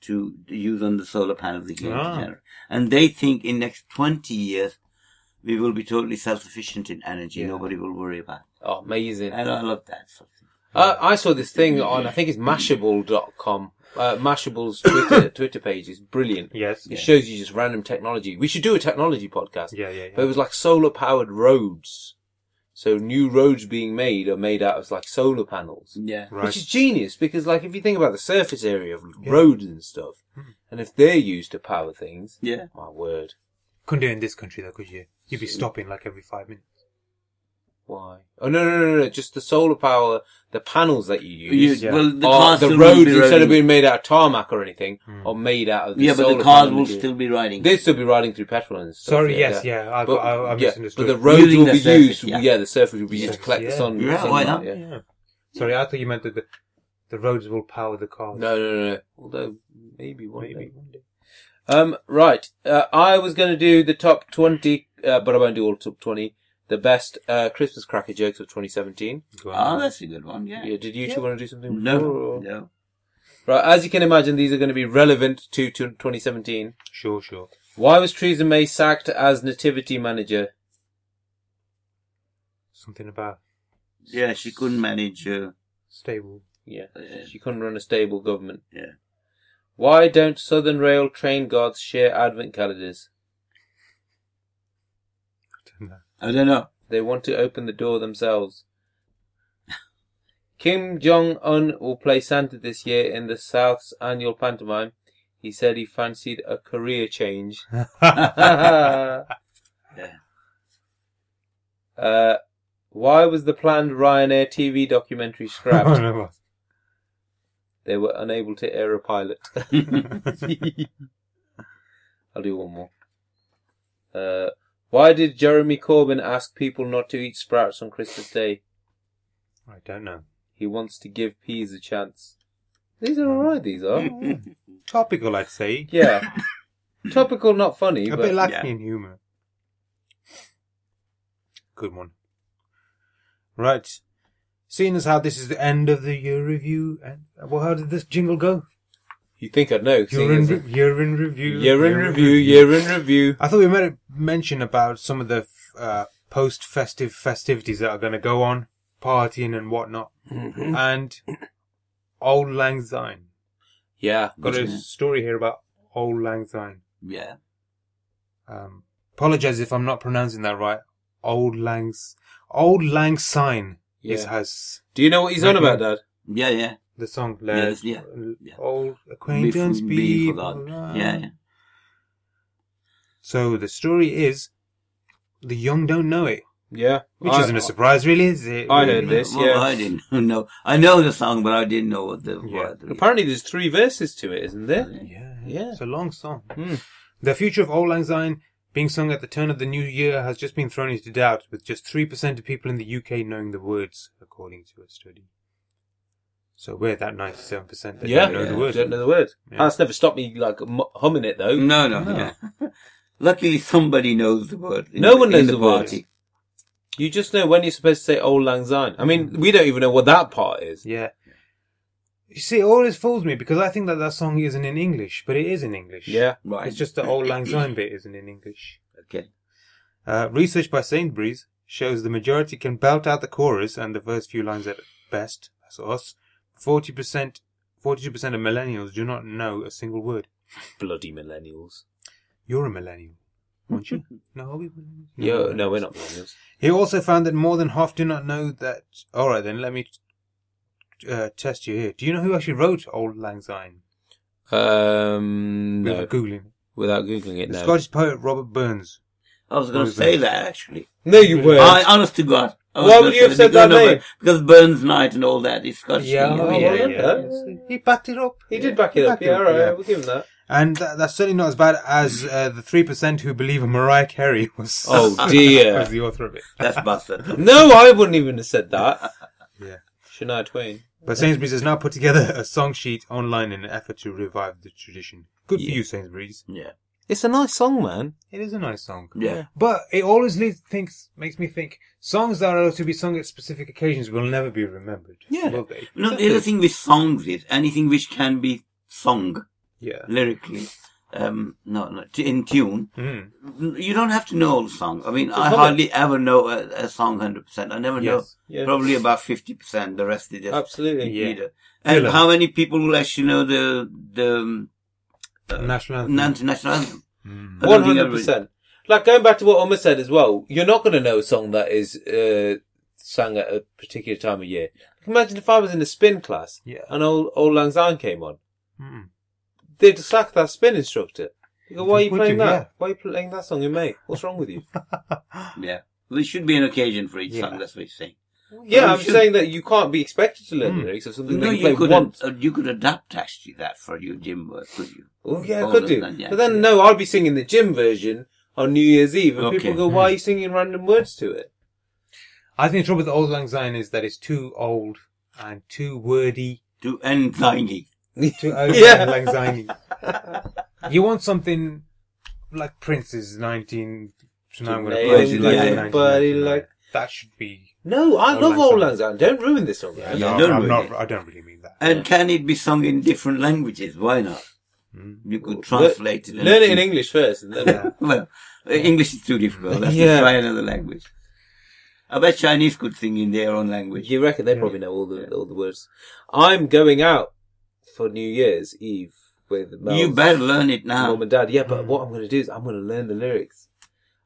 to use on the solar panels again. to Ah. generate. And they think in next twenty years we will be totally self-sufficient in energy. Yeah. Nobody will worry about. Oh, amazing. It. And I love that. Sort of thing. Uh, I saw this thing on, I think it's Mashable.com. Uh, Mashable's Twitter, Twitter page is brilliant. Yes. It shows you just random technology. We should do a technology podcast. Yeah, yeah, yeah. But it was like solar powered roads. So new roads being made are made out of like solar panels. Yeah. Right. Which is genius because, like, if you think about the surface area of roads and stuff, and if they're used to power things, Hmm. Yeah. my word, Couldn't do it in this country though, could you? You'd be stopping like every five Oh, minutes. why? Oh no, no, no, no! Just the solar power, the panels that you You- use, yeah. Well, the are cars the still will roads be instead of riding- being made out of tarmac or anything, are made out of the yeah, solar but the cars panel will material. still be riding. They'd still be riding through petrol and stuff. Sorry, yes, yeah, I- I- I yeah, misunderstood. But the roads Using will the be surface, used. yeah. Yeah. the surface will be used to collect Yeah. the sun. Yeah, why sunlight, not? yeah. Sorry, I thought you meant that the, the roads will power the cars. No, no, no. Although maybe one Maybe day. Um, right. Uh, I was going to do the top twenty, uh, but I won't do all top twenty. The best uh, Christmas cracker jokes of 2017. Go on. Ah, Oh, that's a good one. Yeah. Yeah, Oh. did you two want to do something? before, No. or- No. Right. As you can imagine, these are going to be relevant to, to 2017. Sure, sure. Why was Theresa May sacked as nativity manager? Something about Yeah, she couldn't manage. Uh, stable. Yeah. Yeah. She couldn't run a stable government. yeah. Why don't Southern Rail train guards share advent calendars? I don't know. I don't know. They want to open the door themselves. Kim Jong Un will play Santa this year in the South's annual pantomime. He said he fancied a career change. uh, Yeah. why was the planned Ryanair TV documentary I scrapped? don't know. They were unable to air a pilot. I'll do one more. Uh, why did Jeremy Corbyn ask people not to eat sprouts on Christmas Day? I don't know. He wants to give peas a chance. These are alright, these are. Topical, I'd say. Yeah. Topical, not funny. A but bit lacking yeah. in humour. Good one. Right. Seeing as how this is the end of the year review, and well, how did this jingle go? You think I'd know? Year seeing in, as- re- year in review. Year in review. Year in review. I thought we might mention about some of the uh, post-festive festivities that are going to go on, partying and whatnot, and Old Lang Syne. Yeah. Got a Yeah. story here about Old Lang Syne. Yeah. Um, apologize if I'm not pronouncing that right. Old Lang's Old Lang Syne is Yeah. has Do you know what he's on about, Dad? Yeah, yeah. the song. Yes, Let yeah, yeah. Old acquaintance Bef- be, forgotten. Yeah, yeah. So the story is the young don't know it, Yeah. which I- isn't a surprise, really, is it? I heard this, Well, yeah. I didn't know. I know the song, but I didn't know what the Yeah. what the- Apparently, there's three verses to it, isn't there? Yeah, Yeah. It's a long song. Hmm. The future of Auld Lang Syne being sung at the turn of the new year has just been thrown into doubt, with just 3% of people in the UK knowing the words, according to a study. So we're that 97% that yeah. don't know yeah. the words. Don't know the word. Yeah. That's never stopped me like m- humming it though. No, no, No. yeah. Luckily, somebody knows the word. in No the- one in knows the the words. party. You just know when you're supposed to say "Old Lang Syne." I mean, we don't even know what that part is. Yeah. You see, it always fools me because I think that that song isn't in English, but it is in English. Yeah. Right. It's just the Old Lang Syne bit isn't in English. okay. Uh, research by Sainsbury's shows the majority can belt out the chorus and the first few lines at best. That's us. Forty percent, forty-two percent of millennials do not know a single word. Bloody millennials. You're a millennial, aren't you? no, are we? millennials? Yeah. No, we're not millennials. He also found that more than half do not know that. All right, then let me uh, test you here. Do you know who actually wrote "Old Lang Syne"? Um. No. Without googling, Without googling it, the no. Scottish poet Robert Burns. I was going to Who's say that? that actually. No, you weren't. I, honest to God. I was Why gonna would you have say- said because that of- name? Because Burns Night and all that is Scottish. Yeah, thing, oh, yeah, well, yeah. done. He backed it up. he did back it up. Back it Yeah, up, all right. yeah. We'll give him that. And tha- that's certainly not as bad as uh, the three percent who believe Mariah Carey was. Oh, dear. was the author of it. That's busted. No, I wouldn't even have said that. Yeah. Shania Twain. But Sainsbury's has now put together a song sheet online in an effort to revive the tradition. Good for Yeah. you, Sainsbury's. yeah. It's a nice song, man. It is a nice song. Yeah. But it always leads, thinks, makes me think songs that are to be sung at specific occasions will never be remembered. Yeah. Will they? No, the other thing with songs is anything which can be sung Yeah. lyrically, um, no, no, t- in tune. Mm. You don't have to know all the song. I mean, I hum it. hardly ever know a, a song hundred percent. I never Yes. know. Yeah. Probably about fifty percent. The rest is just Uh, Absolutely. Yeah. either. And Filler. how many people will actually know the the um, National anthem. Hmm. nan- national anthem? I One don't think hundred percent. Like going back to what Omar said as well, you're not going to know a song that is uh, sung at a particular time of year. Imagine if I was in a spin class Yeah. and old old Lang Syne came on. Mm. They'd slack that spin instructor. You go, why are you Would playing you? that? Yeah. Why are you playing that song in May? What's wrong with you? everybody- Yeah. There should be an occasion for each Yeah. song. That's what you're saying. yeah, you I'm should- saying that you can't be expected to learn Mm. the lyrics of something No, that you, you play could once. uh, you could adapt actually that for your gym work, could you? Oh yeah, I All could of do. that, yeah. but then no, I'd be singing the gym version on New Year's Eve, and people Okay. go, "Why are you singing random words to it?" I think the trouble with Old Lang Syne is that it's too old and too wordy. To end thingy. Too old Yeah. and Lang Syne. You want something like Prince's 19... So now I'm going to Nailed play it like it, 1999. buddy, like- That should be... No, I Auld love Lang Old Syne. Lang Syne. Don't ruin this song. man. Yeah, no, don't I'm ruin not, it. I don't really mean that. And can it be sung in different languages? Why not? Hmm. You could translate it. and- Learn it in English first, and then Yeah. Well, uh, English is too difficult. Let's Yeah. try another language. I bet Chinese could sing in their own language. you reckon they probably know all the all the words. I'm going out for New Year's Eve with Mel's You better learn it now. mum and dad. Yeah, but what I'm going to do is I'm going to learn the lyrics,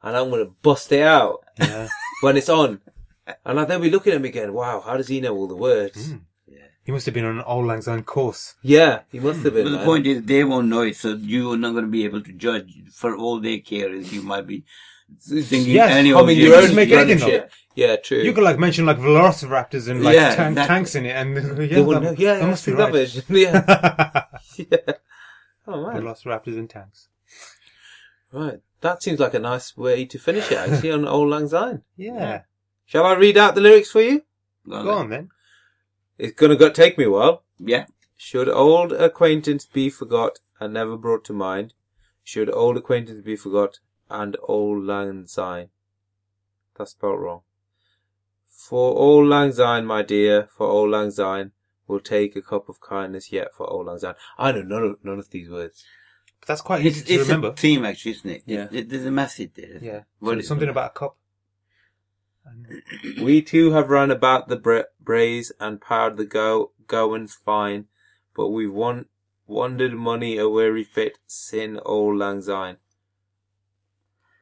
and I'm going to bust it out Yeah. when it's on, and like, they'll be looking at me going, "Wow, how does he know all the words?" He must have been on an Old Lang Syne course. Yeah, he must have been. But the man. point is, they won't know it, so you are not going to be able to judge. For all they care is, you might be singing Yes, any I mean, old your English own make random anything up. shit. Yeah, true. You could like mention like velociraptors and like Yeah, tank, exactly. tanks in it and yeah, They wouldn't know. that, Yeah, that yeah, must be that right. version. Yeah. yeah. Oh man. velociraptors and tanks. Right. That seems like a nice way to finish it actually on Old Lang Syne. Yeah. Shall I read out the lyrics for you? Well, Go on then. It's gonna go- take me a while. Yeah. Should old acquaintance be forgot and never brought to mind? Should old acquaintance be forgot and Old Lang Syne? That's spelt wrong. For Old Lang Syne, my dear, for Old Lang Syne, will take a cup of kindness yet for old lang syne. I know none of none of these words. But that's quite It's, easy Oh, to it's remember. a theme, actually, isn't it? Yeah. It- it- there's a message there. isn't it? yeah. What So is it? something about a cup. We too have run about the bra- braes and ploughed the go- goings fine, but we've won- wandered money a weary fit sin old lang syne.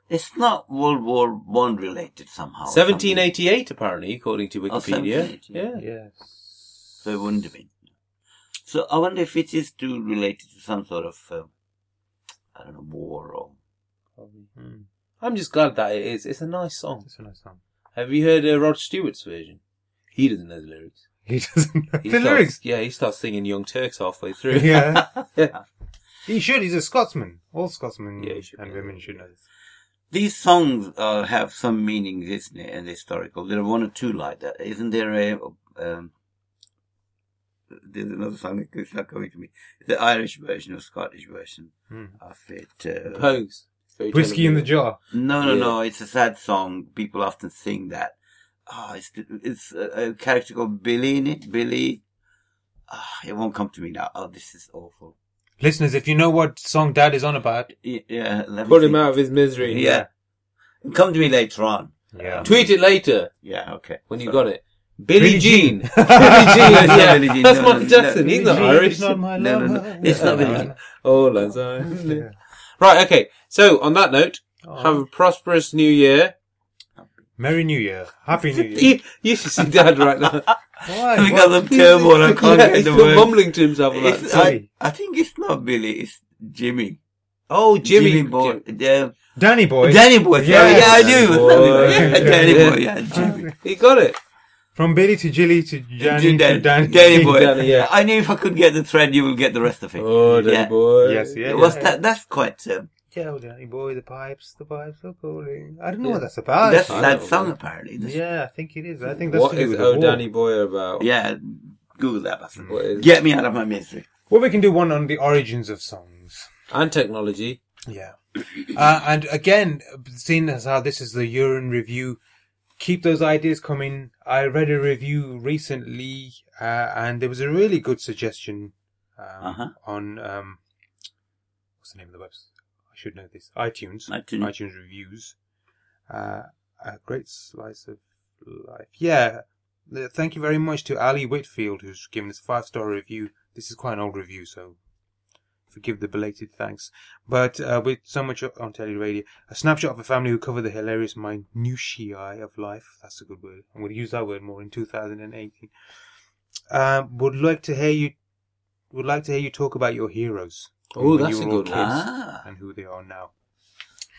It's not World War One related somehow. 1788, apparently, according to Oh, Wikipedia. 1788. yeah. Yes. So it wouldn't have been. So I wonder if it is too related to some sort of, uh, I don't know, war or. Mm. I'm just glad that it is. It's a nice song. That's a nice song. Have you heard uh, Rod Stewart's version? He doesn't know the lyrics. He doesn't know He the starts- lyrics. Yeah, he starts singing Young Turks halfway through. Yeah. Yeah. he should. He's a Scotsman. All Scotsmen Yeah, he should and know. women should know this. These songs uh, have some meaning, isn't it, and historical. There are one or two like that. Isn't there a. Um, there's another song that- it's not coming to me. The Irish version or Scottish version Mm. of it. Uh, Pogues. Very Whiskey in the television. jar. No, no, Yeah. no. It's a sad song. People often sing that. Oh, it's it's a, a character called Billy in it. Billy. Ah, it won't come to me now. Oh, this is awful. Listeners, if you know what song Dad is on about, Y- Yeah, let me Put him think. out of his misery. Yeah, It'll come to me later on. Yeah. Tweet it later Yeah, okay. when you Sorry. got it. Billie Billie Jean. Jean. Billie Jean. yeah. Billie Jean, That's no, Mark no, Jackson. no. He's not Billie Jean Irish. is not my No, no, no. lover. It's not Billie Jean. Oh, that's Irish. Right. Okay. So on that note, Oh. have a prosperous New Year. Merry New Year. Happy New Year. You, you should see Dad right now. Why? Because What? I'm turmoil. I can't Yeah, get he's the still words. mumbling to himself. Like, It's- I, Sorry. I think it's not Billy. It's Jimmy. oh, Jimmy. boy. Yeah. Danny Boy. Danny boy. Sorry. Yes. Yeah, I knew it was Danny Danny boy. boy. Yeah, Danny Yeah. boy. Yeah, Jimmy. He got it. From Billy to Jilly to Johnny to Dan- Danny. Danny boy. Danny, yeah. I knew if I could get the thread, you will get the rest of it. Oh, Danny yeah. boy. Yes, yeah. It was that. That's quite. Um, Yeah, oh, Danny Boy, the pipes, the pipes are calling. I don't know what that's about. that's I that know, song man. apparently. That's- yeah. Oh, yeah, I think it is. I think that's What to do is with the Oh, war. Danny Boy about? Google that. bastard. What is- Get me out of my misery. Well, we can do one on the origins of songs. And technology. Yeah. Uh, and again, seeing as how this is the year in review, keep those ideas coming. I read a review recently, uh, and there was a really good suggestion um, Uh-huh. on um, what's the name of the website? I should know this. iTunes. iTunes. iTunes reviews. Uh, a great slice of life. Yeah. Uh, Thank you very much to Ali Whitfield, who's given us a five star review. This is quite an old review, so forgive the belated thanks. But uh, with so much on telly radio, a snapshot of a family who cover the hilarious minutiae of life. That's a good word. I'm going to use that word more in 2018. Um, would like to hear you. Would like to hear you talk about your heroes. Oh, When you that's were a all good kids Ah. And who they are now.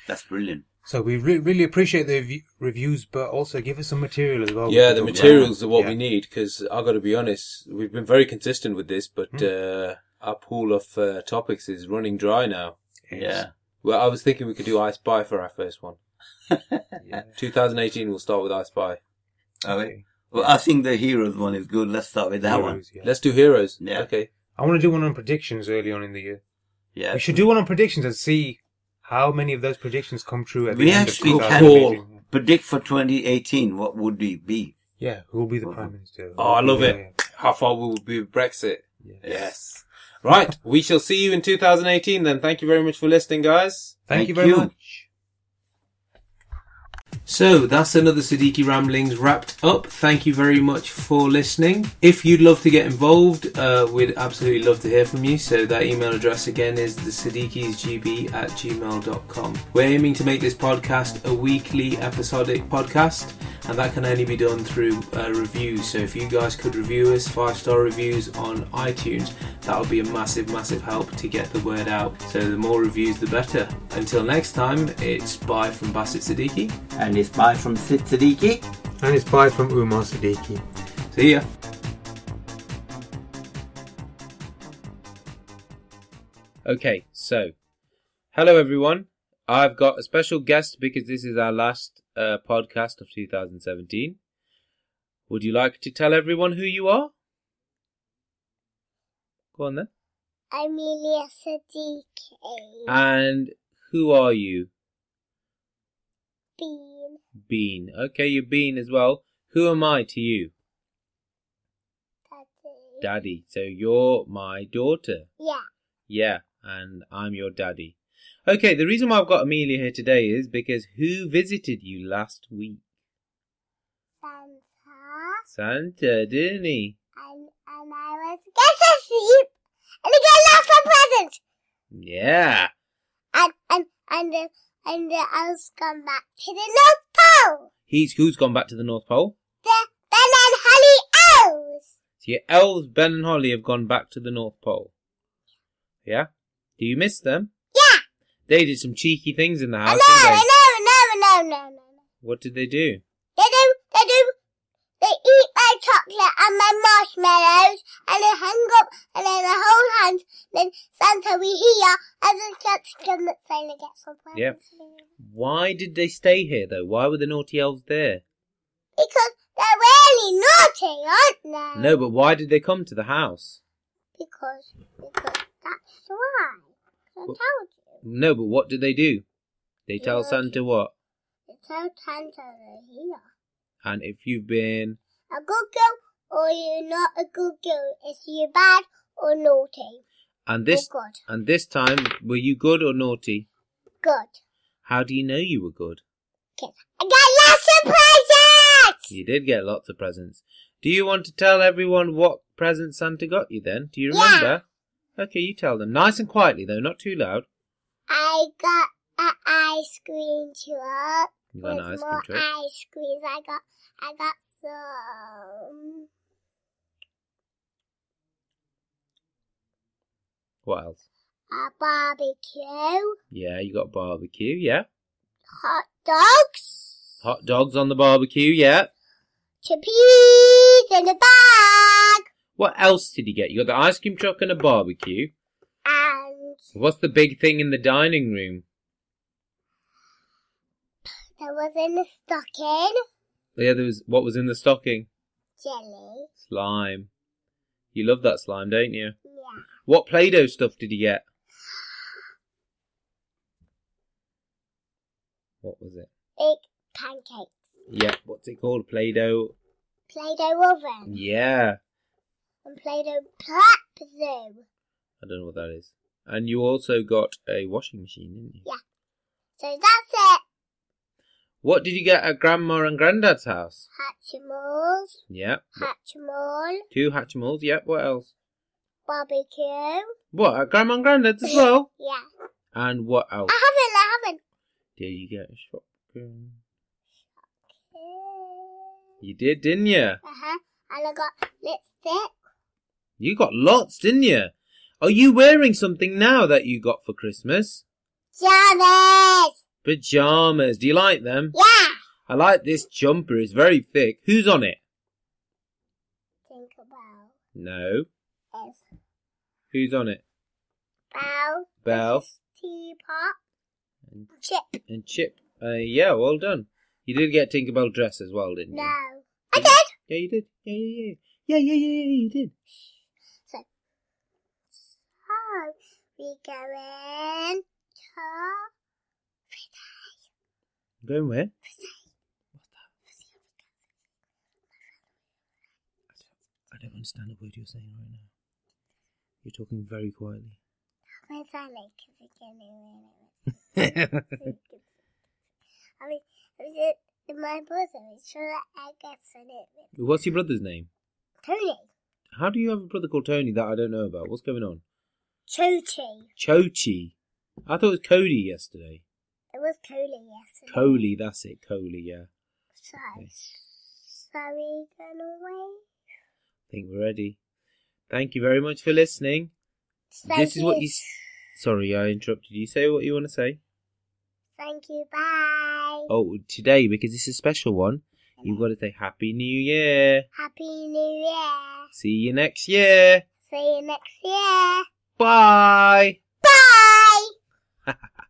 That's brilliant. So we re- really appreciate the rev- reviews, but also give us some material as well. yeah, the materials are what Oh, Yeah. we need because I got to be honest, we've been very consistent with this, but Hmm. uh, our pool of uh, topics is running dry now. Yeah. Well, I was thinking we could do I Spy for our first one. Yeah. 2018, we'll start with I Spy. Oh, wait. Well, I think the heroes one is good. Let's start with that one. Heroes, yeah. Let's do Heroes. Yeah. Okay. I want to do one on predictions early on in the year. Yeah. We should do one on predictions and see how many of those predictions come true at the We end actually of can 2018. predict for 2018 what would we be. Yeah, who will be the prime minister? Oh, I love Yeah, it. How far will we be with Brexit? yeah. Yes. Right. We shall see you in 2018 then. Thank you very much for listening, guys. Thank, Thank you very you. much. So that's another Siddiqui Ramblings wrapped up. Thank you very much for listening. If you'd love to get involved, uh, we'd absolutely love to hear from you. So that email address again is thesiddiquisgb at gmail.com. We're aiming to make this podcast a weekly episodic podcast, and that can only be done through uh, reviews. So if you guys could review us, five star reviews on iTunes, that would be a massive, massive help to get the word out. So the more reviews, the better. Until next time, it's bye from Bassett Siddiqui. And it's by from Sid Siddiqui. And it's bye from Umar Siddiqui. See ya. Okay, so hello everyone. I've got a special guest because this is our last uh, podcast of 2017. Would you like to tell everyone who you are? Go on then. Amelia Siddiqui. Ah. And who are you? Bean. Bean. Okay, you're Bean as well. Who am I to you? Daddy. Daddy. So you're my daughter. Yeah. Yeah, and I'm your daddy. Okay, the reason why I've got Amelia here today is because who visited you last week? Santa. Santa, didn't he? And, and I was get asleep. And I got lots of presents. Yeah. And, and, and, then, and then I was gone back to the North Pole. He's who's gone back to the North Pole? The Ben and Holly Elves. So your elves, Ben and Holly, have gone back to the North Pole. Yeah? Do you miss them? Yeah. They did some cheeky things in the I house, know, didn't I they? know, I know, I know, I know, I know. What did they do? They do, they do, they eat my chocolate and my marshmallows, and they hang up, and then they hold hands, then Santa we here, and then that's them that's trying to get some Yeah. presents. Yeah. Why did they stay here though? Why were the naughty elves there? Because they're really naughty, aren't they? No, but why did they come to the house? Because, because that's why. I Well- told you. No, but what did they do? They tell Naughty. Santa what? They tell Santa they're here. And if you've been A good girl, or you're not a good girl, if you're bad or naughty. and this Or good. and this time were you good or naughty? Good. How do you know you were good? I got lots of presents! You did get lots of presents. Do you want to tell everyone what present Santa got you then? Do you Yeah. remember? Okay, you tell them. Nice and quietly though, not too loud. I got an ice cream truck. You got an There's ice cream more truck. ice creams. I got, I got some. What else? A barbecue, Yeah, you got barbecue, yeah. hot dogs, Hot dogs on the barbecue, yeah. chippies in a bag, What else did you get? You got the ice cream truck and a barbecue. and What's the big thing in the dining room? there was in the stocking Yeah, there was what was in the stocking? jelly. Slime. You love that slime, don't you? Yeah. What Play-Doh stuff did you get? What was it? Big pancake, Yeah, what's it called? Play-Doh. Play-Doh oven, Yeah, and Play-Doh platzo. I don't know what that is. And you also got a washing machine, didn't you? So that's it. What did you get at Grandma and Granddad's house? Hatchimals, Yeah, Hatchimal, two Hatchimals. Yep. What else? barbecue. What at Grandma and Granddad's as well? Yeah. And what else? I haven't, I haven't. Did you get a shotgun? Uh You did, didn't you? huh. And I got lipstick. You got lots, didn't you? Are you wearing something now that you got for Christmas? Jammers. Pajamas. Do you like them? Yeah. I like this jumper. It's very thick. Who's on it? Think about No. it. Who's on it? Bow. Belle Teapot. And- Chip. and Chip. Uh, yeah, well done. You did get Tinkerbell dress as well, didn't you? No. I did. Yeah, you did. Yeah, yeah, yeah. Yeah, yeah, yeah, yeah, you did. Oh, we going to Going where? I don't understand a word you're saying right now. You're talking very quietly. my family because we can do it. I mean, is it my brother? It's sure I get it with What's your brother's name? Tony. How do you have a brother called Tony that I don't know about? What's going on? Choo-choo. Chochi. I thought it was Cody yesterday. It was Coley yesterday. Coley, that's it. Coley, yeah. So, sorry, run away. I think we're ready. Thank you very much for listening. Thank this is what you. s- Sorry, I interrupted you. Say what you want to say. Thank you. Bye. Oh, today, because it's a special one, you've got to say Happy New Year. Happy New Year. See you next year. See you next year. Bye.